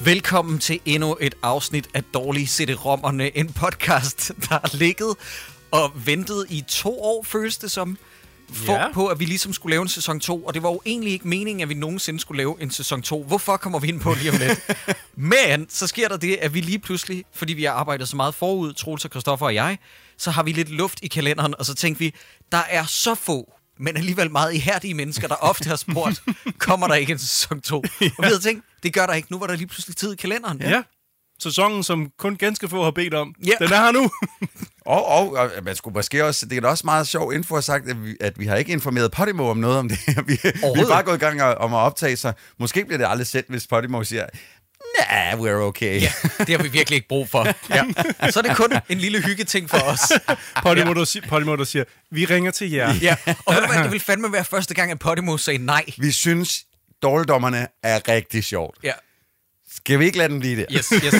Velkommen til endnu et afsnit af Dårlige CD-rommerne, en podcast, der har ligget og ventet i to år, føles det som, for, Ja. på, at vi ligesom skulle lave en sæson 2. Og det var jo egentlig ikke meningen, at vi nogensinde skulle lave en sæson 2. Hvorfor kommer vi ind på lige om lidt? Men så sker der det, at vi lige pludselig, fordi vi har arbejdet så meget forud, Troels og Christoffer og jeg, så har vi lidt luft i kalenderen, og så tænkte vi, der er så få men alligevel meget ihærdige mennesker, der ofte har spurgt, kommer der ikke en sæson 2? Og vi havde tænkt, det gør der ikke, nu var der lige pludselig tid i kalenderen. Ja. Sæsonen, som kun ganske få har bedt om, Ja. den er her nu. Og, og, og man skulle måske også, det er da også meget sjov info at sagt, at vi, at vi har ikke informeret Podimo om noget om det. her. vi, vi er bare gået i gang og- om at optage, så måske bliver det aldrig sendt, hvis Podimo siger, nah, we're okay. Ja, det har vi virkelig ikke brug for. Ja. Så er det kun en lille hyggeting for os. Podimo, der, si- Podimo, der siger, vi ringer til jer. Ja. Og ved du hvad, det ville fandme være første gang, at Podimo sagde nej. Vi synes, dårligdommerne er rigtig sjovt. Ja, Skal vi ikke lade den blive det? yes, yes.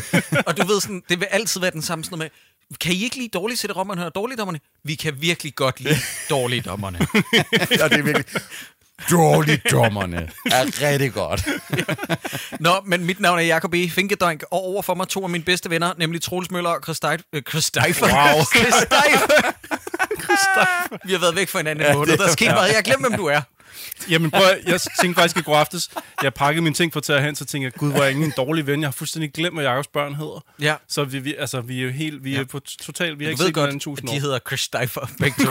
Og du ved sådan, det vil altid være den samme sådan noget med, kan I ikke lide dårlige sætterommerne og dårligdommerne? Vi kan virkelig godt lide dårligdommerne. og det er virkelig... Dårligdommerne er rigtig godt. Nå, men mit navn er Jacob E. Finkedønk, og overfor mig to af mine bedste venner, nemlig Troels Møller og øh, Christoffer. Wow. Christoffer. Vi har været væk for hinanden ja, en måned. Der skete meget. Jeg har glemt, hvem du er. Jamen prøv, at- jeg tænkte faktisk i går aftes, jeg pakkede mine ting for at tage hen, så tænkte jeg, gud, hvor er jeg ingen en dårlig ven. Jeg har fuldstændig glemt, hvad Jakobs børn hedder. Ja. Så vi, vi, altså, vi er jo helt, vi er på t- totalt, vi har Du ikke ved set hinanden godt, tusind at år. de hedder Christoffer. Begge to.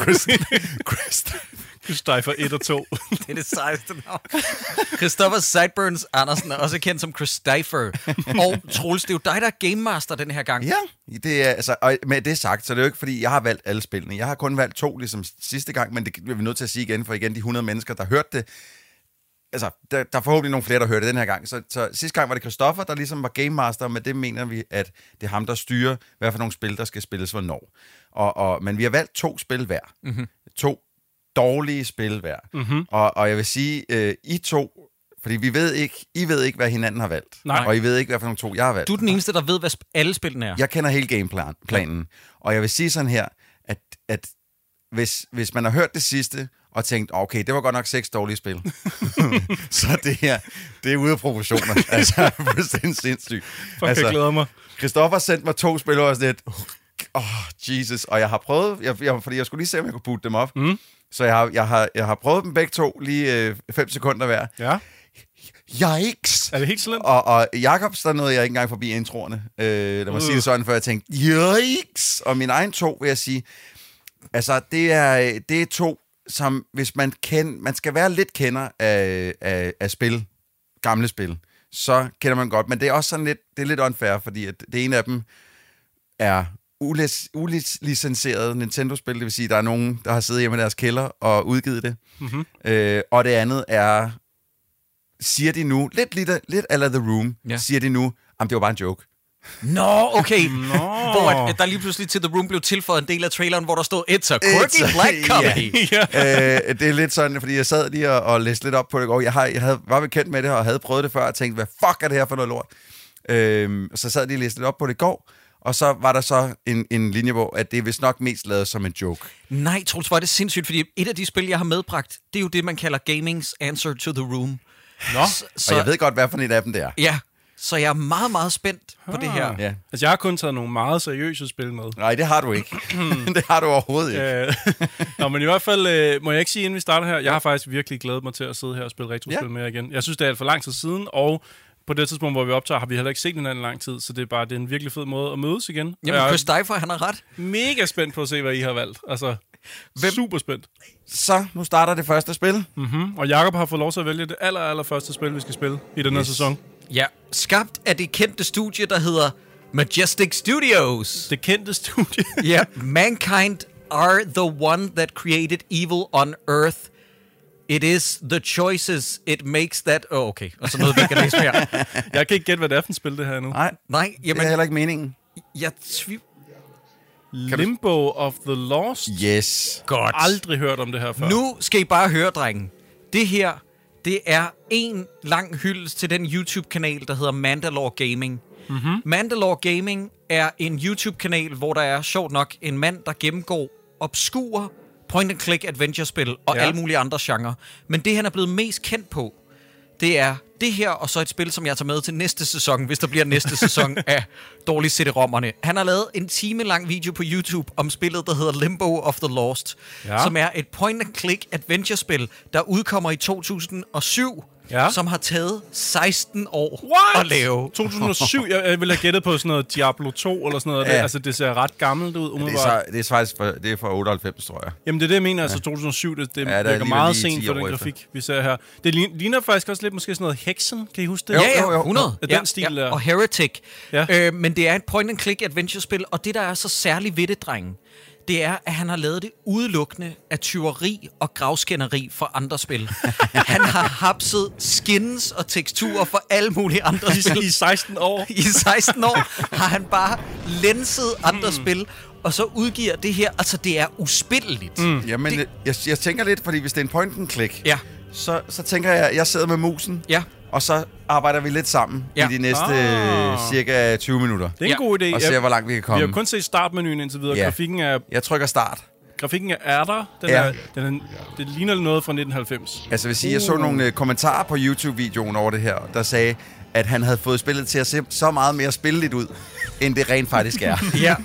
Christopher 1 og 2. Det er det sejeste navn. Christopher Sideburns Andersen er også kendt som Christopher. Og Troels, det er jo dig, der er game master den her gang. Ja, det er, altså, og med det sagt, så er det jo ikke, fordi jeg har valgt alle spillene. Jeg har kun valgt to, ligesom sidste gang, men det bliver vi nødt til at sige igen, for igen, de 100 mennesker, der hørte det, altså, der, der er forhåbentlig nogle flere, der hører det den her gang. Så, så sidste gang var det Christoffer, der ligesom var Game Master, men det mener vi, at det er ham, der styrer, hvad for nogle spil, der skal spilles hvornår. Og, og, men vi har valgt to spil hver. Mm-hmm. To dårlige spil hver. Mm-hmm. Og, og jeg vil sige, øh, I to, fordi vi ved ikke, I ved ikke, hvad hinanden har valgt. Nej. Og I ved ikke, hvad for nogle to, jeg har valgt. Du er den eneste, der ved, hvad sp- alle spillene er. Jeg kender hele gameplanen, og jeg vil sige sådan her, at, at hvis, hvis man har hørt det sidste, og tænkt, okay, det var godt nok seks dårlige spil, så det her, det er ude af proportioner. altså, fuldstændig sindssygt. Fuck, altså, jeg glæder mig. Christoffer sendte mig to spil, og jeg var sådan lidt, oh, Jesus, og jeg har prøvet, jeg, jeg, fordi jeg skulle lige se, om jeg kunne putte dem op. Mm. Så jeg har, jeg, har, jeg har prøvet dem begge to, lige øh, fem sekunder hver. Ja. Yikes! Er det helt slemt? Og, og Jacobs, der nåede jeg ikke engang forbi introerne. Øh, lad mig uh. sige det sådan, før jeg tænkte, yikes! Og min egen to, vil jeg sige, altså, det er, øh, det er to, som hvis man kender, man skal være lidt kender af, af, af spil, gamle spil, så kender man godt. Men det er også sådan lidt, det er lidt unfair, fordi at det ene af dem er ulis, ulicenseret Nintendo-spil, det vil sige, der er nogen, der har siddet hjemme i deres kælder og udgivet det. Mm-hmm. Øh, og det andet er siger de nu, lidt, lidt, lidt ala The Room, Ja. ja. siger de nu, jamen det var bare en joke. Nå, okay. Nå. Hvor at, at der lige pludselig til The Room blev tilføjet en del af traileren, hvor der stod, It's a quirky It's a- black comedy. Ja. ja. øh, det er lidt sådan, fordi jeg sad lige og, og læste lidt op på det i går. Jeg, har, jeg havde, var bekendt med det her, og havde prøvet det før, og tænkte, hvad fuck er det her for noget lort? Øh, så sad jeg lige og læste lidt op på det i går, og så var der så en, en linje, hvor at det er vist nok mest lavet som en joke. Nej, Troels, hvor er det sindssygt, fordi et af de spil, jeg har medbragt, det er jo det, man kalder gamings answer to the room. Nå. Så... Og jeg ved godt, hvad for en af dem det er. Ja, så jeg er meget, meget spændt på det her. Ja. Altså, jeg har kun taget nogle meget seriøse spil med. Nej, det har du ikke. det har du overhovedet ikke. Øh, Nå, men i hvert fald, øh, må jeg ikke sige, inden vi starter her, jeg har faktisk virkelig glædet mig til at sidde her og spille retrospil Ja. med jer igen. Jeg synes, det er alt for lang tid siden, og på det tidspunkt, hvor vi optager, har vi heller ikke set hinanden i lang tid, så det er bare det er en virkelig fed måde at mødes igen. jeg Jamen, er Chris Difer, han har ret. mega spændt på at se, hvad I har valgt. Altså, Hvem? super spændt. Så, nu starter det første spil. Mm. Og Jakob har fået lov til at vælge det aller, aller første spil, vi skal spille i den her yes. sæson. Ja, skabt af det kendte studie, der hedder Majestic Studios. Det kendte studie. Ja. Mankind are the one that created evil on earth. It is the choices it makes that... Oh, okay, og så noget, vi ikke kan læse mere. jeg kan ikke gætte, hvad det er for et spil, det her nu. Nej, Nej, det er jamen, heller ikke meningen. jeg tvivl... Limbo of the Lost. Yes. Godt. Aldrig hørt om det her før. Nu skal I bare høre, drengen. Det her, det er en lang hyldest til den YouTube-kanal, der hedder Mandalore Gaming. Mm-hmm. Mandalore Gaming er en YouTube-kanal, hvor der er, sjovt nok, en mand, der gennemgår obskure point-and-click adventure-spil og Ja. ja. alle mulige andre genrer. Men det, han er blevet mest kendt på, det er det her, og så et spil, som jeg tager med til næste sæson, hvis der bliver næste sæson af Dårlige CD-rommerne. Han har lavet en time lang video på YouTube om spillet, der hedder Limbo of the Lost, ja. Ja. som er et point-and-click adventure-spil, der udkommer i 2007, ja. Ja. som har taget 16 år What? at lave. 2007, jeg, jeg ville have gættet på sådan noget Diablo 2 eller sådan noget. Ja. Ja. Altså, det ser ret gammelt ud, Det umiddelbart. er, så, det er faktisk for, det er fra 98, tror jeg. Jamen, det er det, jeg mener. Altså, 2007, det, det der er ja, virker alligevel meget lige 10 sent for den år efter. grafik, vi ser her. Det lign- ligner faktisk også lidt måske sådan noget Hexen. Kan I huske det? Jo, Ja, jo, ja, jo. 100. Den ja, stil ja. der. Og Heretic. Ja. Ja. Øh, men det er et point-and-click adventure-spil, og det, der er så særligt ved det, drengen, det er, at han har lavet det udelukkende af tyveri og gravskænderi fra andre spil. han har hapset skins og teksturer fra alle mulige andre spil. I 16 år. I 16 år har han bare lenset andre Hmm. spil, og så udgiver det her. Altså, det er uspilleligt. Hmm. Mm. Jamen, det... jeg, jeg tænker lidt, fordi hvis det er en point and click, Ja. så, så tænker jeg, at jeg sidder med musen, Ja. og så arbejder vi lidt sammen Ja. ja. i de næste Ah. ah. cirka 20 minutter. Det er Ja. en god idé. Og ser, Jeg- hvor langt vi kan vi komme. har kun set startmenuen indtil videre. Ja. Grafikken er Jeg trykker start. Grafikken er- er der. Den Ja. er, den er, det ligner noget fra 1990. Altså, jeg vil sige, jeg Uh. så nogle øh, kommentarer på YouTube-videoen over det her, der sagde, at han havde fået spillet til at se så meget mere spilligt ud, end det rent faktisk er. Ja.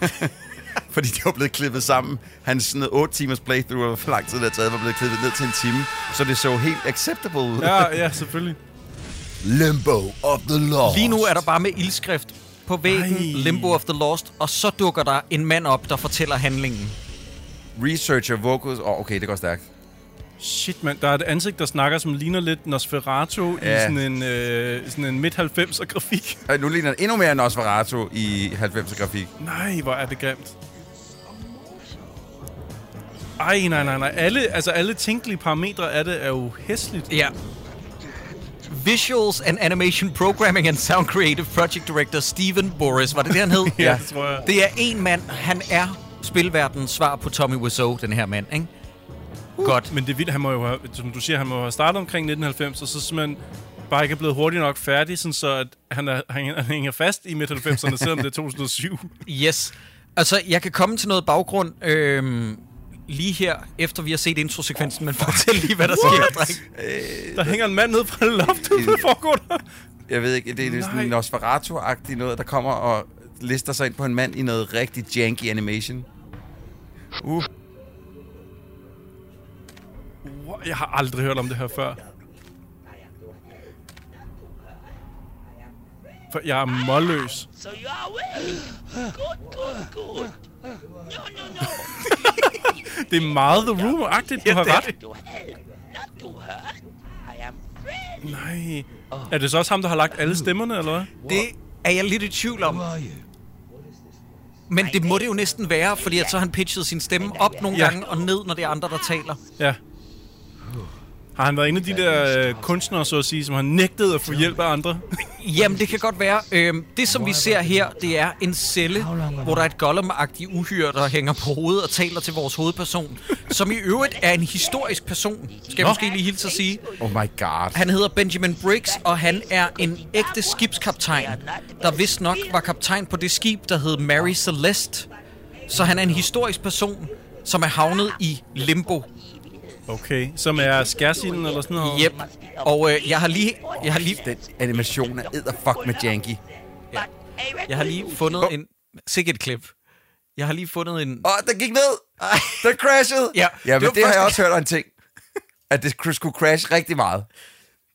Fordi det var blevet klippet sammen. Hans sådan 8 timers playthrough, eller hvor lang tid det har taget, var blevet klippet ned til en time. Så det så helt acceptable ud. Ja, ja, selvfølgelig. Limbo of the Lost. Lige nu er der bare med ildskrift på væggen Ej. Limbo of the Lost, og så dukker der en mand op, der fortæller handlingen. Researcher vocals. Åh, oh, okay, det går stærkt. Shit, mand. Der er et ansigt, der snakker, som ligner lidt Nosferatu ja. i Ja. sådan en, øh, sådan en midt-90'er grafik. Og Øh, nu ligner den endnu mere Nosferatu i 90'er grafik. Nej, hvor er det grimt. Ej, nej, nej, nej. Alle, altså, alle tænkelige parametre af det er jo hæsligt. Ja. Visuals and Animation Programming and Sound Creative Project Director Steven Boris. Var det det, han hed? Ja, det tror jeg. Det er en mand. Han er spilverdens svar på Tommy Wiseau, den her mand, ikke? Uh. Godt. Men det er vildt, han må jo have, som du siger, han må jo have startet omkring 1990, og så simpelthen bare ikke er blevet hurtigt nok færdig, sådan så at han, er, han, han hænger fast i midt-90'erne, selvom det er 2007. Yes. Altså, jeg kan komme til noget baggrund øhm, lige her, efter vi har set introsekvensen, men fortæl lige, hvad der sker, dreng. Der hænger en mand ned fra loftet, hvad foregår der? Jeg ved ikke, det er lidt sådan en Nej. Nosferatu-agtig noget, der kommer og lister sig ind på en mand i noget rigtig janky animation. Uh, Wow, Jeg har aldrig hørt om det her før. For jeg er målløs. So you are ready. Good, good, good. No, no, no. Det er meget The Room-agtigt, du har det er ret. To help, not to hurt. I am ready. Nej. Er det så også ham, der har lagt alle stemmerne, eller hvad? Det er jeg lidt i tvivl om. Men det må det jo næsten være, fordi at så har han pitchet sin stemme op nogle Ja. gange og ned, når det er andre, der taler. Ja. Har han været inde i de der øh, kunstnere, så at sige, som har nægtet at få hjælp af andre? Jamen, det kan godt være. Øhm, det, som vi ser her, det er en celle, hvor der er et gollum uhyre, der hænger på hovedet og taler til vores hovedperson, som i øvrigt er en historisk person, skal jeg måske lige hilse at sige. oh my god. Han hedder Benjamin Briggs, og han er en ægte skibskaptajn, der vist nok var kaptajn på det skib, der hed Mary Celeste. Så han er en historisk person, som er havnet i limbo. Okay, som er skærsilden eller sådan noget? Yep. Og øh, jeg har lige, jeg har lige, Den animation er edderfuck med janky. But I reckon jeg har lige fundet en, sikkert et klip. Jeg har lige fundet en, Åh, den gik ned! Den crashede! Ja, det ja men var det, det har første- jeg også hørt om en ting. At det cr- skulle crash rigtig meget.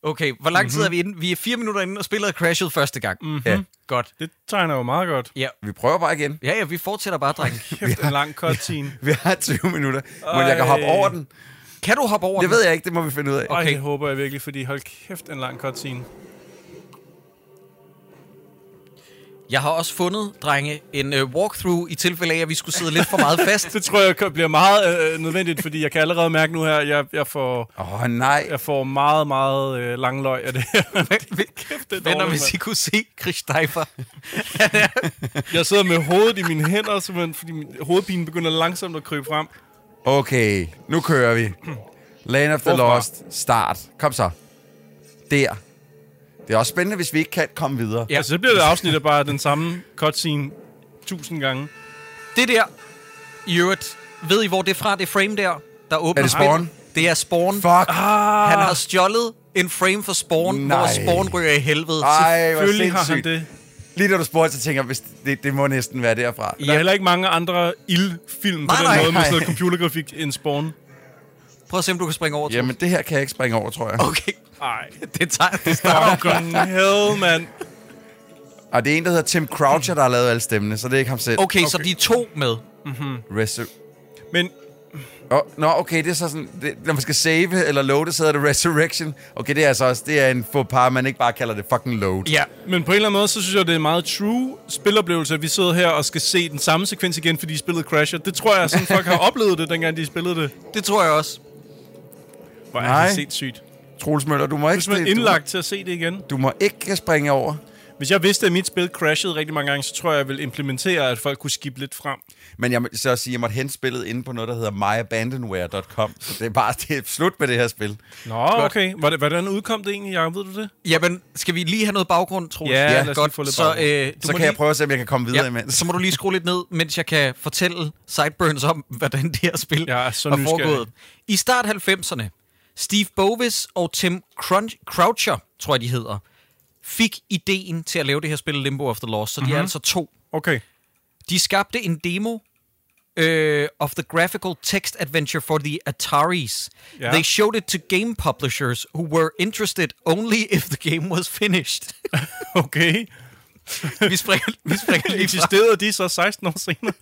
Okay, hvor lang tid er vi inde? Vi er fire minutter inde, og spillet er crashet første gang. Mm. Ja. Godt. Det tegner jo meget godt. Ja. Hmm. Vi prøver bare igen. ja, ja, vi fortsætter bare, dreng. Kæft, en lang cutscene. Vi har 20 minutter. Må jeg kan hoppe Ej. over den? kan du hoppe over Det den? ved jeg ikke, det må vi finde ud af. Ej, Okay. det håber jeg virkelig, fordi hold kæft, en lang cutscene. Jeg har også fundet, drenge, en uh, walkthrough i tilfælde af, at vi skulle sidde lidt for meget fast. Det tror jeg kan- bliver meget øh, nødvendigt, fordi jeg kan allerede mærke nu her, jeg, jeg får... Åh, oh, nej. Jeg får meget, meget øh, lang løg af det her. Kæft, det er Venner, dårligt, hvis I mand. kunne se Chris Steifer. Jeg sidder med hovedet i mine hænder, simpelthen, fordi min hovedpine begynder langsomt at krybe frem. Okay, nu kører vi. Land of the Hvorfra? Lost. Start. Kom så. Der. Det er også spændende, hvis vi ikke kan komme videre. Ja. Ja. Altså, så bliver det afsnit af bare den samme cutscene tusind gange. Det der, i øvrigt, ved I, hvor det er fra? Det frame der, der åbner Er det Spawn? spillet. Det er Spawn. Fuck. Han har stjålet en frame for Spawn, Nej. hvor Nej. Spawn ryger i helvede. Ej, hvor Selvfølgelig har han sindssygt. det. Lige da du spurgte, så tænker jeg, hvis det, det må næsten være derfra. Der er heller ikke mange andre ildfilm på Nej, den nej, måde med nej. sådan noget computergrafik end Spawn. Prøv at se, om du kan springe over. Troels. Jamen, det her kan jeg ikke springe over, tror jeg. Okay, Ej, det tager det starter. fucking hell, mand. Og det er en, der hedder Tim Croucher, der har lavet alle stemmene, så det er ikke ham selv. Okay, okay, så de er to med. Resur- Men Oh, nå, okay, det er så sådan, det, når man skal save eller loade, så hedder det Resurrection. Okay, det er altså også, det er en faux pas, man ikke bare kalder det fucking load. Ja. Men på en eller anden måde, så synes jeg, det er en meget true spiloplevelse, at vi sidder her og skal se den samme sekvens igen, fordi spillet crasher. Det tror jeg, sådan folk har oplevet det, dengang de spillede det. Det tror jeg også. Hvor er Nej. det set sygt. Troels Møller, du må ikke... Hvis man er du- indlagt til at se det igen. Du må ikke springe over. Hvis jeg vidste, at mit spil crashede rigtig mange gange, så tror jeg, jeg ville implementere, at folk kunne skippe lidt frem. Men jeg må så også sige, jeg måtte hente spillet inde på noget, der hedder myabandonware.com. Så det er bare det er slut med det her spil. Nå, okay. Hvordan, hvordan udkom det egentlig, Jacob? Ved du det? Jamen, skal vi lige have noget baggrund, Troels? Ja, lad os lige få lidt så, baggrund. øh, du så må kan lige... jeg prøve at se, om jeg kan komme videre ja, imens. så må du lige skrue lidt ned, mens jeg kan fortælle Sideburns om, hvordan det her spil Jeg er så har nysgerrig. foregået. I start 90'erne, Steve Bovis og Tim Crunch, Croucher, tror jeg de hedder, fik ideen til at lave det her spil Limbo of the Lost, så Mhm. mm-hmm. de er altså to. Okay. De skabte en demo øh, of the graphical text adventure for the Ataris. Ja. They showed it to game publishers who were interested only if the game was finished. Okay. vi springer, vi springer lige fra. Eksisterede de så 16 år senere?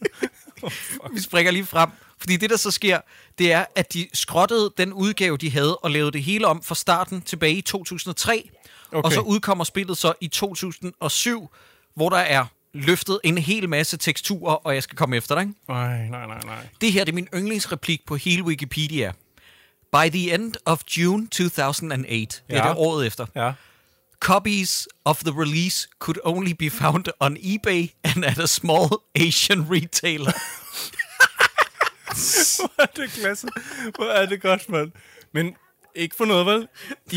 vi springer lige frem. Fordi det, der så sker, det er, at de skrottede den udgave, de havde, og lavede det hele om fra starten tilbage i 2003. Okay. Okay. Og så udkommer spillet så i 2007, hvor der er løftet en hel masse teksturer, og jeg skal komme efter dig. ikke? Nej, nej, nej, nej. Det her det er min yndlingsreplik på hele Wikipedia. By the end of June 2008, det er Ja. det året efter, Ja. copies of the release could only be found on eBay and at a small Asian retailer. Hvor er det klasse. Hvor er det godt, mand. Men ikke for noget, vel?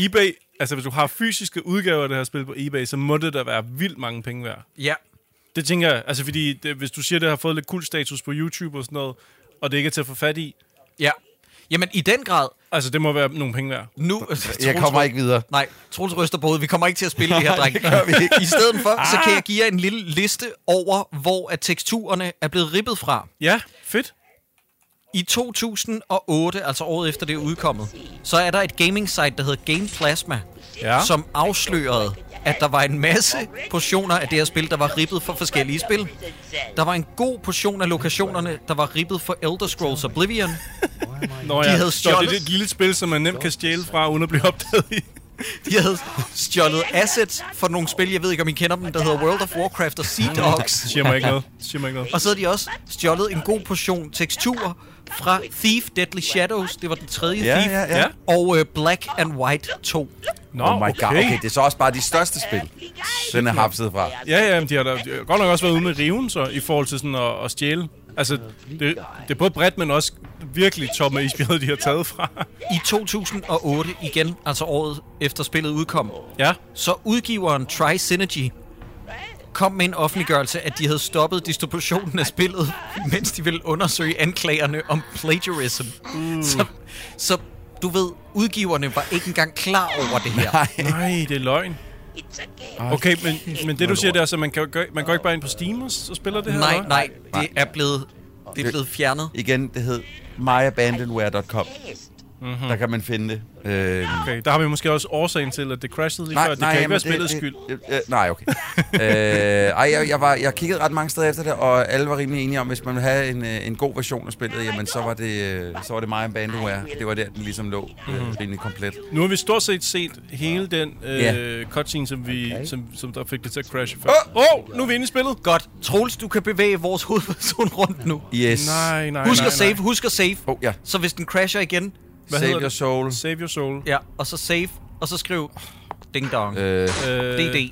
eBay, altså hvis du har fysiske udgaver af det her spil på eBay, så må det da være vildt mange penge værd. ja, Det tænker jeg, altså fordi det, hvis du siger, det har fået lidt cool status på YouTube og sådan noget, og det ikke er til at få fat i, ja. Jamen, i den grad, altså det må være nogle penge værd. Nu, Jeg kommer ikke videre. Nej, Troels ryster på hovedet. Vi kommer ikke til at spille det her, dreng. I stedet for, så kan jeg give jer en lille liste over, hvor at teksturerne er blevet rippet fra. Ja, fedt. I 2008, altså året efter det er udkommet, så er der et gaming site, der hedder Game Plasma, Ja. som afslørede, at der var en masse portioner af det her spil, der var rippet for forskellige spil. Der var en god portion af lokationerne, der var rippet for Elder Scrolls Oblivion. Nå, de ja. havde Så det er stjålet- det lille spil, som man nemt kan stjæle fra, uden at blive opdaget i. De havde stjålet assets for nogle spil, jeg ved ikke, om I kender dem, der hedder World of Warcraft og Sea Dogs. Siger mig ikke noget. Siger mig ikke noget. Og så havde de også stjålet en god portion teksturer fra Thief Deadly Shadows. Det var den tredje Ja, Thief. ja, ja. Ja. Og øh, Black and White 2. Nå, Oh my god, okay, det er så også bare de største spil, den er hapset fra. Ja, ja, men de har da de har godt nok også været ude med riven, så, i forhold til sådan at, at stjæle. Altså, det, det er både bredt, men også virkelig top af isbjerget, de har taget fra. I 2008 igen, altså året efter spillet udkom, Ja, så udgiveren Tri Synergy kom med en offentliggørelse, at de havde stoppet distributionen af spillet, mens de ville undersøge anklagerne om plagiarism. Mm. Så, så du ved, udgiverne var ikke engang klar over det her. nej, det er løgn. It's okay. Okay, men, men det du siger, det er, så man, kan, jo gøre- man går ikke bare ind på Steam og, s- og spiller det her? Nej, eller hvad? nej, det er blevet, det er blevet fjernet. Igen, det hed myabandonware.com. Mm-hmm. Der kan man finde det. Øh, Okay, der har vi måske også årsagen til, at det crashede lige før. Det kan ikke jamen, være spillets skyld. Det, øh, nej, okay. øh, ej, jeg, jeg, var, jeg kiggede ret mange steder efter det, og alle var rimelig enige om, hvis man ville have en, øh, en god version af spillet, jamen så var det, øh, så var det meget Bandware. Det var der, den ligesom lå Mhm. øh, rimelig komplet. Nu har vi stort set set hele den øh, Ja. cutscene, som, vi, som, som der fik det til at crashe før. Åh, oh, nu er vi inde i spillet! Godt. Troels, du kan bevæge vores hovedperson rundt nu. Yes. Nej, nej, Husk nej, at save, nej. husk at save. Oh, ja. Så hvis den crasher igen, Hvad Save hedder your det? soul. Save your soul. ja, og så save, og så skriv ding dong. Øh. Øh, Øh, DD.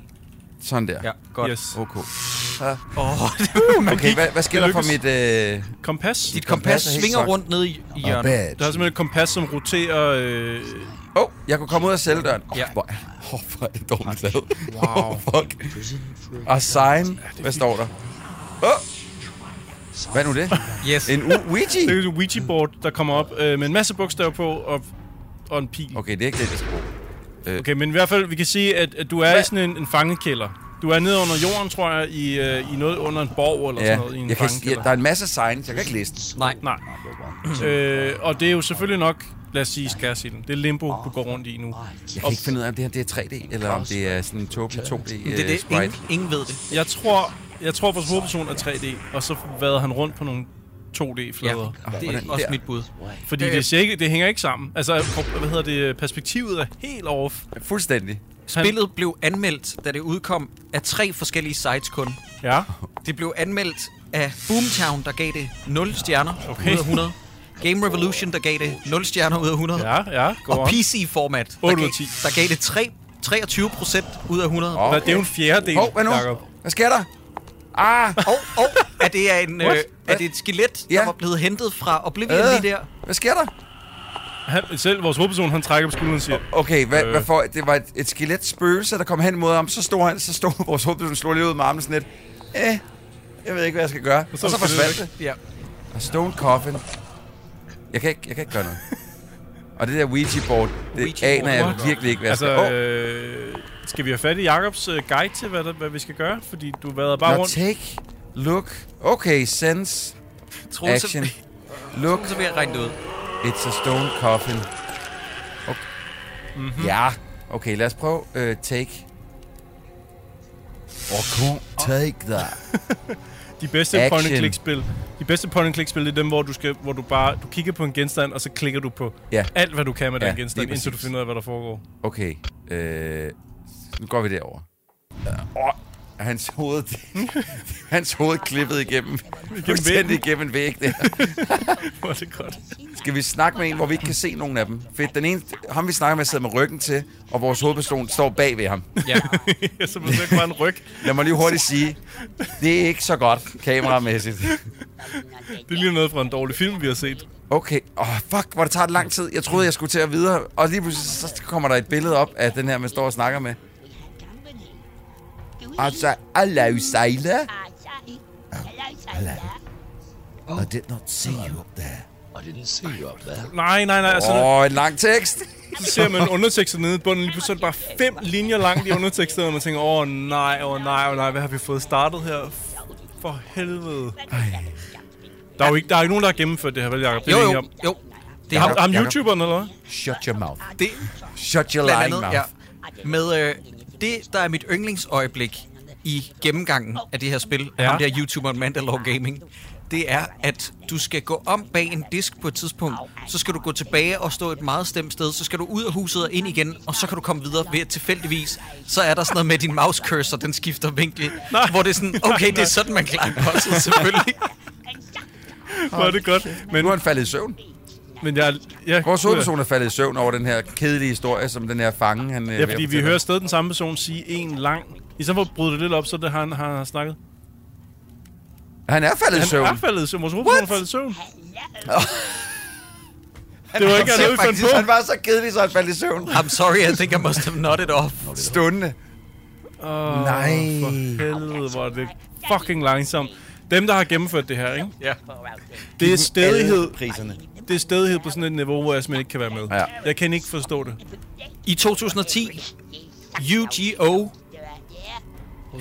sådan der. Ja, godt. Yes. Okay. Oh, Okay, hvad, hvad skiller Det for lykkes. mit... Øh, Kompas. dit kompas kompas er helt svinger sagt. rundt ned i i hjørnet. Der er simpelthen et kompas, som roterer... Øh, Åh, oh, jeg kunne komme ud af celledøren. Åh, Ja. oh, hvor, oh, hvor er det dårligt lavet. Wow. Oh, fuck. Og sign. Hvad står der? Åh! Oh. Hvad er nu det? Yes. En u- Ouija? Det er jo et Ouija-board, der kommer op øh, med en masse bogstaver på og, og en pil. Okay, det er ikke det, jeg skal bruge. Okay, men i hvert fald, vi kan sige, at, at du er i sådan en, en fangekælder. Du er nede under jorden, tror jeg, i, øh, i noget under en borg eller sådan noget, i en jeg kan, ja, fangekælder. der er en masse signs, jeg kan ikke læse den. Nej. Nej. Øh, og det er jo selvfølgelig nok, lad os sige, skærsilden. Det er limbo, du går rundt i nu. Jeg kan ikke finde ud af, om det her det er 3D, eller om det er sådan en tåbelig 2D Det er uh, det, ingen, sprite. ingen ved det. Jeg tror, jeg tror vores hovedperson er 3D, og så vader han rundt på nogle 2D-flader. Ja. Ja, det hvordan- er også der. mit bud. Fordi Øh. det, ser ikke, det hænger ikke sammen. Altså, hvad hedder det, perspektivet er helt off. Fuldstændig. Han- Spillet blev anmeldt, da det udkom, af tre forskellige sites kun. Ja. Det blev anmeldt af Boomtown, der gav det 0 stjerner Okay. okay. ud af 100. Game Revolution, der gav det 0 stjerner ud af 100. Ja, ja, go og on. PC Format, der, Otte ud gav, af ti. der gav det 3, 23 procent ud af 100. Åh. Og, Hvad, det er jo en fjerdedel, Hov, hvad nu? Jacob. Hvad sker der? Ah, og er det er en, øh, What? er det et skelet, Ja. der var blevet hentet fra Oblivion Øh. lige der? hvad sker der? Han, selv vores hovedperson, han trækker på skulderen og siger, Okay, hvad, Øh. øh. hvad for, det var et, et skelet spøgelse, der kom hen mod ham. Så stod, han, så stod vores hovedperson slog lige ud med armen sådan lidt. Eh, jeg ved ikke, hvad jeg skal gøre. Og så så, og så var skelettet forsvandt det. Ja. Og Stone Coffin. Jeg kan ikke, jeg kan ikke gøre noget. Og det der Ouija-board, det Ouija aner jeg board. virkelig ikke, hvad jeg altså, øh, skal... Åh, skal vi have fat i Jacobs øh, guide til, hvad, der, hvad vi skal gøre? Fordi du vader bare Nå, rundt. take, look, okay, sense, Troels, action, så, look, så vil jeg regne det ud. it's a stone coffin. Okay. Mhm. Mm-hmm. Ja, okay, lad os prøve uh, take. Oh, come, take that. De bedste Action. point-and-click-spil, de bedste point-and-click-spil, det er dem, hvor du, skal, hvor du bare du kigger på en genstand, og så klikker du på Ja. alt, hvad du kan med Ja, den genstand, lige præcis. indtil du finder ud af, hvad der foregår. Okay, øh, nu går vi derover. Åh, hans hoved, hans hoved klippet igennem, fuldstændig igennem en væg der. Hvor er det godt. Skal vi snakke med en, hvor vi ikke kan se nogen af dem? Fedt, den ene, ham vi snakker med, sidder med ryggen til, og vores hovedperson står bag ved ham. Ja. Jeg så måske ikke bare en ryg. Lad mig lige hurtigt sige, det er ikke så godt kameramæssigt. Det ligner noget fra en dårlig film, vi har set. Okay, åh oh, fuck, hvor det tager det lang tid. Jeg troede, jeg skulle til at videre, og lige pludselig så kommer der et billede op af den her, man står og snakker med. Altså, hello, sailor. I did not see you up there. I didn't see you up there. Nej, nej, nej. Altså, Åh, oh, en lang tekst. så ser man undertekster nede i bunden, lige pludselig er det bare fem linjer langt i underteksterne, og man tænker, åh oh, nej, åh oh, nej, åh oh, nej, hvad har vi fået startet her? For helvede. Der er jo ikke, der er ikke nogen, der har gennemført det her, vel Jacob? Det Jo, er jo, jo. Det er ham, Ham, ham Jacob. YouTuberen, eller hvad? Shut your mouth. det, Shut your blandt lying andet, mouth. ja. Med øh, det, der er mit yndlingsøjeblik i gennemgangen af det her spil, Ja. ja. ham der YouTuberen Mandalore Gaming, det er, at du skal gå om bag en disk på et tidspunkt, så skal du gå tilbage og stå et meget stemt sted, så skal du ud af huset og ind igen, og så kan du komme videre ved at tilfældigvis, så er der sådan noget med din mouse cursor, den skifter vinkel, Nej. hvor det er sådan, okay, det er sådan, man klarer en puzzle selvfølgelig. Var det godt. Men, Nu er han faldet i søvn. men jeg... jeg Vores hovedperson er faldet i søvn over den her kedelige historie, som den her fange, han... øh, Ja, fordi vi hører stadig den samme person sige en lang... I stedet for at bryde det lidt op, så er det han har han snakket. Han er faldet i Han søvn. er faldet i søvn. Vores hovedperson er What? faldet i søvn. Det var ikke Han noget, vi sagde fandt faktisk, på. han var så kedelig, så han faldt i søvn. I'm sorry, I think I must have nodded off. Stundende. Åh, Nej. For helvede, hvor er det fucking langsomt. Dem, der har gennemført det her, ikke? Ja. Det er stedighed. Priserne. Det er stedighed på sådan et niveau, hvor jeg simpelthen ikke kan være med. Ja. Jeg kan ikke forstå det. I 2010, UGO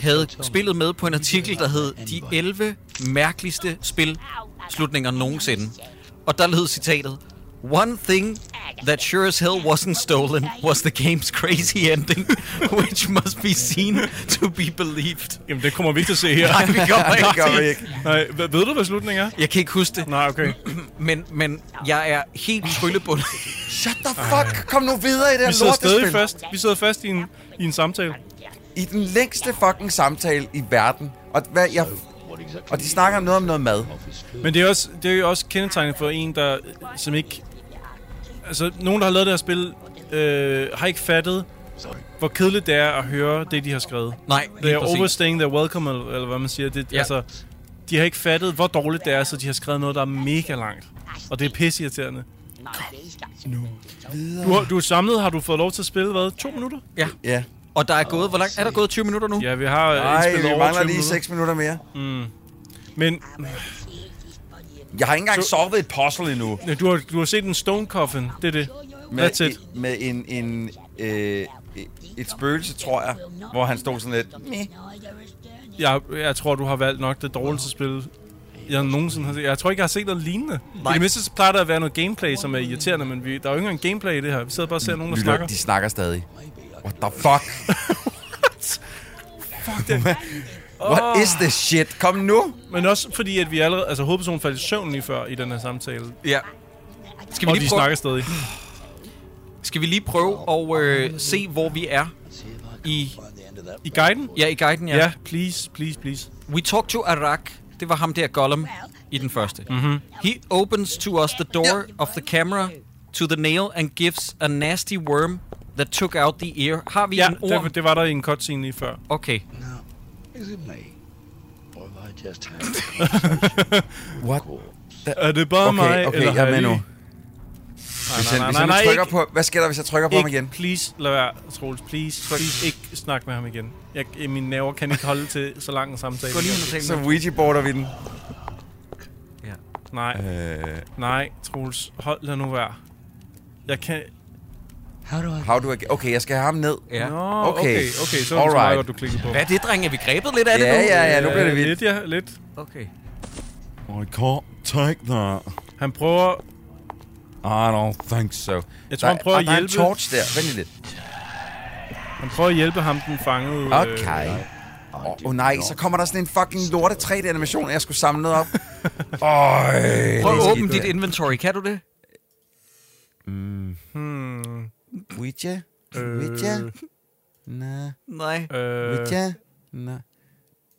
havde spillet med på en artikel, der hed De 11 mærkeligste spilslutninger nogensinde. Og der lød citatet, One thing that sure as hell wasn't stolen was the game's crazy ending, which must be seen to be believed. Jamen, det kommer vi ikke til at se her. Nej, vi kommer Det gør vi ikke. ikke. Nej, hvad- ved du, hvad slutningen er? Jeg kan ikke huske det, Nej, okay. men, men jeg er helt tryllebundet. Shut the fuck. Kom nu videre i det Vi her sidder stadig lortespil. fast. Vi sidder fast i en, i en samtale. I den længste fucking samtale i verden. Og, hvad, jeg, What exactly? og de snakker om noget om noget mad. Men det er, også, det er jo også kendetegnet for en, der øh, som ikke... Altså, nogen, der har lavet det her spil, øh, har ikke fattet, hvor kedeligt det er at høre det, de har skrevet. Nej, They lige are præcis. overstaying their welcome, eller, eller hvad man siger. Det, ja. Ja. altså, de har ikke fattet, hvor dårligt det er, så de har skrevet noget, der er mega langt. Og det er pisseirriterende. Du, har, du er samlet, har du fået lov til at spille, hvad, to minutter? Ja. Ja. Og der er gået, hvor langt? Er der gået 20 minutter nu? Ja, vi har øh, Nej, indspillet vi over mangler 20 lige minutter. 6 minutter mere. Men Jeg har ikke engang sovet et puzzle endnu. Ja, Du har, du har set en stone coffin, det er det. Med, That's it. i- med en, en, øh, et spøgelse, tror jeg, hvor han stod sådan lidt... Meh. Jeg, jeg tror, du har valgt nok det dårligste spil, jeg nogensinde har set. Jeg tror ikke, jeg har set noget lignende. I det mindste så plejer der at være noget gameplay, som er irriterende, men vi, der er jo ikke engang gameplay i det her. Vi sidder bare og ser nogen, der Lytter, snakker. de snakker stadig. What the fuck? What is this shit? Kom nu! Men også fordi, at vi allerede... Altså, hovedpersonen faldt i søvn lige før i den her samtale. Ja. Skal Og vi de lige prøve, snakker stadig. skal vi lige prøve at øh, se, hvor vi er i, I guiden? ja, i guiden? Ja. Ja, please, please, please. We talked to Arak. Det var ham der Gollum i den første. Mm-hmm. He opens to us the door of the camera to the nail and gives a nasty worm that took out the ear. Har vi Ja, en orm? det, det var der i en cutscene lige før. Okay. Now, is it me? Or have I just had What? Er det bare mig, Okay, okay, eller jeg er med nu. Nej, Hvis nej, jeg, hvis nej, jeg nu nej, trykker ikke- på... Hvad sker der, hvis jeg trykker på ham Ikke, igen? please, lad være, Troels. Please, please, ikke snak med ham igen. Jeg, eh, mine nerver kan ikke holde til så lang en samtale. Gå lige ind og Så tale med. Ouija-boarder vi den. Nej, Øh, nej, Troels. Hold lad nu være. Jeg kan... How do I how do I... Okay, jeg skal have ham ned. Ja. Nå, Okay. okay, okay, okay så er det så Alright. meget godt, du klikkede på. Hvad er det, drenge? Er vi grebet lidt af det Ja, nu? ja, ja, nu bliver det Øh, vildt. Lidt, ja, lidt. Okay. Oh, I can't take that. Han prøver... I don't think so. Jeg tror, han prøver der, at er- ah, hjælpe. Der er en torch der. Vent lige lidt. Han prøver at hjælpe ham, den fangede... øh, Okay. Åh oh, oh, nej, så kommer der sådan en fucking lorte 3D-animation, jeg skulle samle noget op. Øj, Prøv det er at åbne skidt, dit det inventory. Kan du det? hmm, der. Mm. Ouija? Ouija? Nej. Nej. Øh, Ouija? Nej.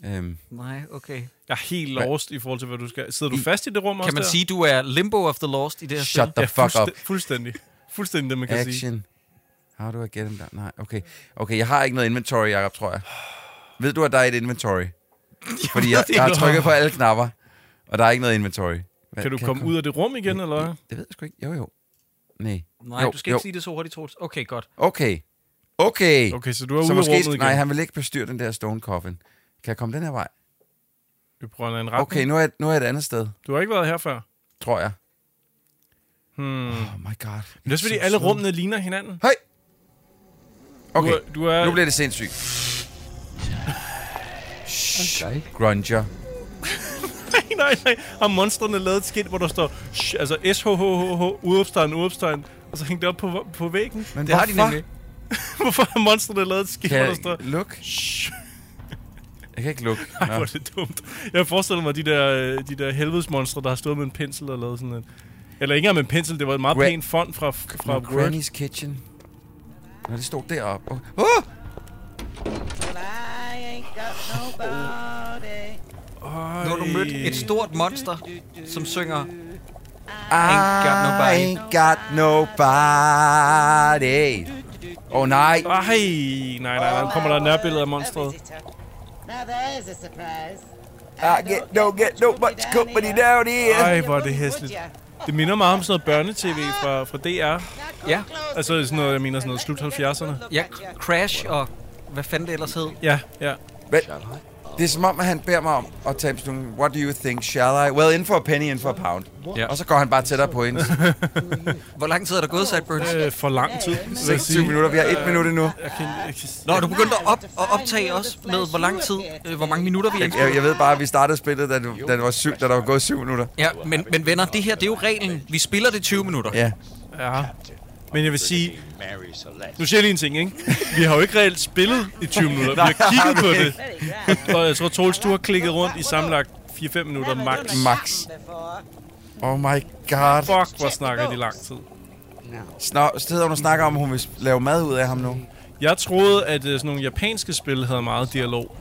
Øhm, Nej, okay. jeg er helt lost i forhold til, hvad du skal... Sidder du fast i det rum også Kan man der? sige, du er limbo of the lost i det her shut spil? the fuck up. fuldstæ- Fuldstændig. Fuldstændig det, man kan sige. Action. How do I get him down? Nej, okay. Okay, jeg har ikke noget inventory, Jacob, tror jeg. Ved du, at der er et inventory? Fordi jeg, jeg har trykket på alle knapper, og der er ikke noget inventory. Hvad, Kan du komme ud af det rum igen, eller hvad? Det ved jeg sgu ikke. Jo, jo. Nej. Nej, jo, du skal ikke sige det så hurtigt, Troels. Okay, godt. Okay. Okay. Okay, så du er ude af så rummet måske, igen. nej, han vil ikke bestyre den der stone coffin. Kan jeg komme den her vej? Vi prøver en retning. Okay, Okay. nu er, jeg, nu er jeg et andet sted, Du har ikke været her før. tror jeg. Hmm. Oh my god. Men det er fordi, alle rummene ligner hinanden. Hej! Okay, Du er, du er nu bliver det sindssygt. Shh, Okay. Grunger. nej, nej, nej. Har monstrene lavet et skilt, hvor der står, "Shh", altså SHHHH, udopstegn, udopstegn, og så hængt det op på, på væggen. Men Det har de hvorfor? nemlig. Hvorfor har monstrene lavet et skilt, Kan hvor der jeg står, lukke? "Shh"? Jeg kan ikke lukke. Ej, hvor er det dumt. Jeg forestiller mig de der, øh, de der helvedesmonstre, der har stået med en pensel og lavet sådan en... Eller ikke engang med en pensel, det var en meget Gra- pæn font fra, fra Fra Word. Granny's Kitchen. Nå, det stod deroppe. Åh! Oh. I ain't got nobody. Nu har du mødt et stort monster, som synger... got I nobody. ain't got nobody. Åh oh, nej. Ej, nej, nej, nej. Nu kommer der et nærbillede af monstret. Now there's a surprise. I Ah, get, no get no much company down here. Ej, hvor er det hæsligt. Det minder meget om sådan noget børnetv fra, fra DR. Ja, Altså sådan noget, jeg mener sådan noget slut 70'erne. ja, Crash og... Hvad fanden det ellers hed? Ja, ja. Det er som om, at han beder mig om at tage sådan nogle, What do you think, shall I? Well, in for a penny, in for a pound. Ja. Og så går han bare tættere på hende. Hvor lang tid er der gået, Sideburns? Øh, for lang tid. vil jeg 26 sige. minutter, vi har et minut endnu. Jeg kan, jeg kan, Nå, du begyndte at, op, at optage os med, hvor lang tid, øh, hvor mange minutter vi er indspillet. Jeg, jeg ved bare, at vi startede spillet, da, det- da, det var syv, da der var gået syv minutter. Ja, men, men venner, det her, det er jo reglen. Vi spiller det 20 minutter. Ja. ja. Men jeg vil sige, marry Celeste? nu siger jeg lige en ting, ikke? Vi har jo ikke reelt spillet i 20 minutter. Vi har kigget på det. Og jeg tror, Troels, du har klikket rundt i samlet 4-5 minutter max. Max. Oh my god. Fuck, hvor snakker de lang tid. Snor, stedet, hun snakker om, at hun vil lave mad ud af ham nu. Jeg troede, at øh, sådan nogle japanske spil havde meget dialog.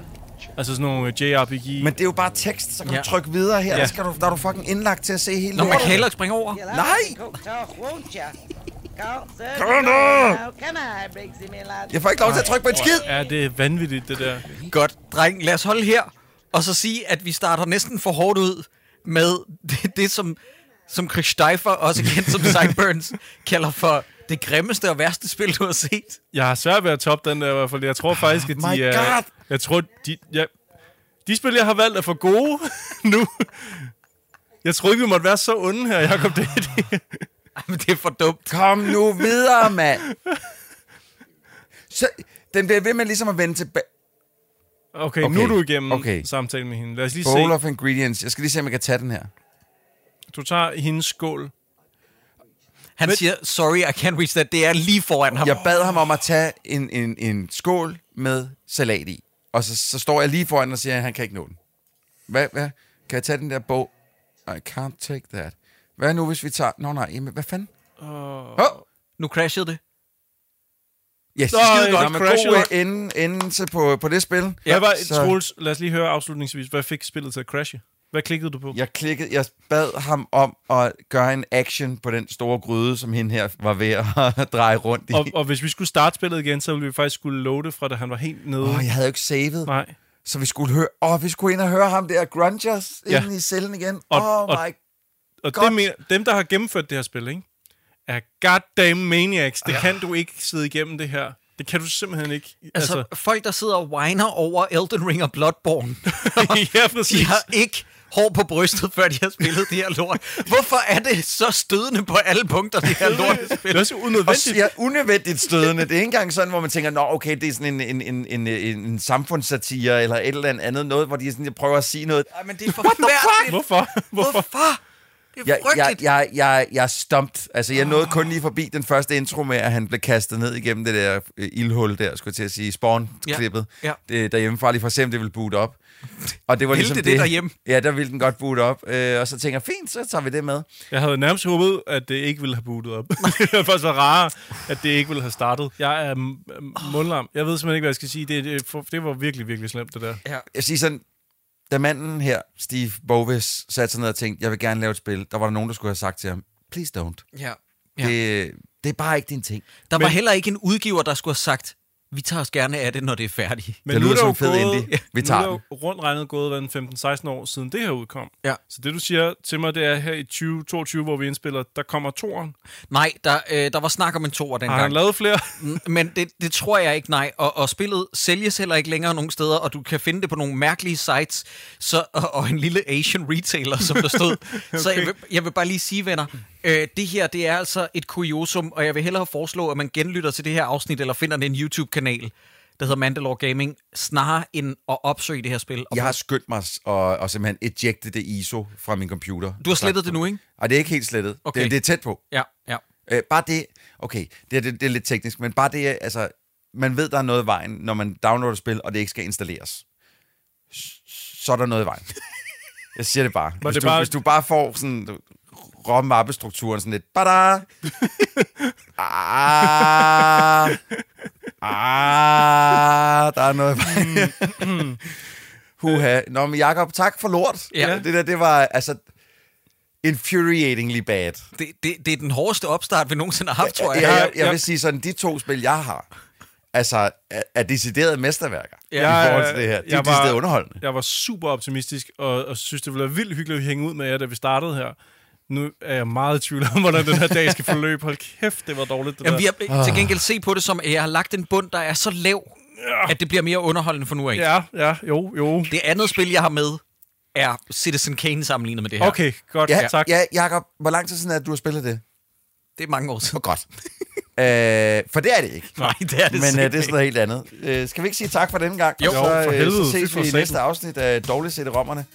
Altså sådan nogle øh, JRPG. Men det er jo bare tekst, så kan ja. Ja. du trykke videre her. Ja. Ja. Der, skal du, der er du fucking indlagt til at se hele Nå, man lortet. kan heller ikke springe over. Nej! Kom nu! Come on, Brixie, me lad. Jeg får ikke lov til at trykke på en skid. Ja, det er vanvittigt, det der. Godt, dreng, lad os holde her, og så sige, at vi starter næsten for hårdt ud med det, det som, som Chris Steifer, også kendt som Sideburns, kalder for det grimmeste og værste spil, du har set. Jeg har svært ved at toppe den der i hvert fald. Jeg tror faktisk, at de Oh my er... God. Jeg tror, de... Ja, de spil, jeg har valgt, er for gode nu. Jeg troede ikke, vi måtte være så onde her, Jacob. Det, det. Ej, men det er for dumt. Kom nu videre, mand. Så den bliver ved med ligesom at vende tilbage. Okay, okay, Okay, nu er du igennem okay. okay. samtalen med hende. Lad os lige Bowl se. of ingredients. Jeg skal lige se, om jeg kan tage den her. Du tager hendes skål. Han Men- siger, sorry, I can't reach that. Det er lige foran ham. Jeg bad ham om at tage en, en, en skål med salat i. Og så, så står jeg lige foran og siger, at han kan ikke nå den. Hvad, hvad? Kan jeg tage den der bog? I can't take that. Hvad nu, hvis vi tager... Nå nej, jamen, hvad fanden? Åh, oh. oh. Nu crashede det. yes, Så, skide øh, godt. Jamen, crasher. god øh, ende, endelse på, på det spil. Ja, hvad var, Så- Troels, lad os lige høre afslutningsvis. Hvad fik spillet til at crashe? Hvad klikkede du på? Jeg klikkede, jeg bad ham om at gøre en action på den store gryde, som hende her var ved at dreje rundt i. Og, og hvis vi skulle starte spillet igen, så ville vi faktisk skulle loade fra, da han var helt nede. Åh, oh, jeg havde jo ikke savet. Nej. Så vi skulle høre, åh, vi skulle ind og høre ham der grungers Ja. ja. inde i cellen igen. Og- Åh, oh, og- my Og Godt. det mener, dem, der har gennemført det her spil, ikke? er goddamn maniacs. Det kan du ikke sidde igennem det her. Det kan du simpelthen ikke. Altså, altså, folk, der sidder og whiner over Elden Ring og Bloodborne, ja, de præcis. har ikke hår på brystet, før de har spillet det her lort. Hvorfor er det så stødende på alle punkter, det her lort Det er spil? også Og unødvendigt. ja, unødvendigt stødende. Det er ikke engang sådan, hvor man tænker, nå, okay, det er sådan en, en, en, en, en, en samfundssatire eller et eller andet, andet noget, hvor de sådan, jeg prøver at sige noget. Ej, men det er forfærdeligt. Hvorfor? Hvorfor? Hvorfor? Det er Jeg, jeg, frygteligt. jeg, jeg, jeg er stumped. Altså, jeg nåede kun lige forbi den første intro med, at han blev kastet ned igennem det der øh, ildhul der, skulle jeg til at sige, spawn-klippet. Ja, ja. Det, derhjemmefra lige for at se, om det ville boot op. Og det var Ville ligesom det det, det derhjemme? Ja, der ville den godt boot op. Øh, og så tænker jeg, fint, så tager vi det med. Jeg havde nærmest håbet, at det ikke ville have bootet op. det var faktisk været rarere, at det ikke ville have startet. Jeg er mm, mundlam. Jeg ved simpelthen ikke, hvad jeg skal sige. Det, det, for- det var virkelig, virkelig slemt, det der. jeg siger sådan, da manden her, Steve Bovis, satte sig ned og tænkte, jeg vil gerne lave et spil, der var der nogen, der skulle have sagt til ham, please don't. Ja. Ja. Det, det er bare ikke din ting. Der var Men- heller ikke en udgiver, der skulle have sagt, vi tager os gerne af det, når det er færdigt. Men Det nu lyder er der som jo en fed gået- indie. Vi nu tager er der jo rundt regnet gået hvad, en 15-16 år siden det her udkom. Ja. Så det, du siger til mig, det er her i 2022, hvor vi indspiller, der kommer toeren. Nej, der, øh, der var snak om en toer Har han dengang. lavet flere? Mm, Men det, det tror jeg ikke, nej. Og, og spillet sælges heller ikke længere nogen steder, og du kan finde det på nogle mærkelige sites, så, og, og en lille Asian retailer, som der stod. okay. Så jeg vil, jeg vil bare lige sige, venner, øh, det her det er altså et kuriosum, og jeg vil hellere foreslå, at man genlytter til det her afsnit, eller finder den en YouTube-kanal, der hedder Mandalore Gaming, snarere end at opsøge det her spil. Og Jeg har skyndt mig s- og, og simpelthen ejected det ISO fra min computer. Du har slettet det nu, ikke? Nej, det er ikke helt slettet. Okay. Okay. Det, det er tæt på. Ja, ja. Øh, bare det, okay, det, er- det, det er lidt teknisk, men bare det, altså, man ved, der er noget i vejen, når man downloader et spil, og det ikke skal installeres. S- Så er der noget i vejen. Jeg siger det bare. Hvis, det det du, bare- bare... hvis du bare får sådan råmappestrukturen sådan lidt, bada, ah, ah, der er noget i vejen. Mm, Huha. Nå, men Jacob, tak for lort. Ja. Det der, det var, altså, infuriatingly bad. Det, det, det er den hårdeste opstart, vi nogensinde har haft, tror jeg. Ja, jeg, jeg, jeg- jeg vil sige sådan, de to spil, jeg har, altså, er, er deciderede mesterværker ja, Jeg- i forhold til det her. De er jeg var... var- decideret underholdende. Jeg var super optimistisk, og, og synes, det ville være vildt hyggeligt at hænge ud med jer, da vi startede her. Nu er jeg meget i tvivl om, hvordan den her dag skal forløbe. Hold kæft, det var dårligt. Det Jamen, vi der. har Ah. til gengæld set på det som, at jeg har lagt en bund, der er så lav, at det bliver mere underholdende for nu af. Ja, ja, jo, jo. Det andet spil, jeg har med, er Citizen Kane sammenlignet med det her. Okay, godt, Ja, tak. ja, Jacob, hvor lang tid siden er det, du har spillet det? Det er mange år siden. Hvor godt. øh, for det er det ikke. Nej, det er det Men øh, det simpelthen er sådan noget helt andet. Øh, skal vi ikke sige tak for denne gang? Jo. og så, Jo, for øh, helvede, så fy ses for vi i satan. næste afsnit af Dårligt Sætte Rommerne.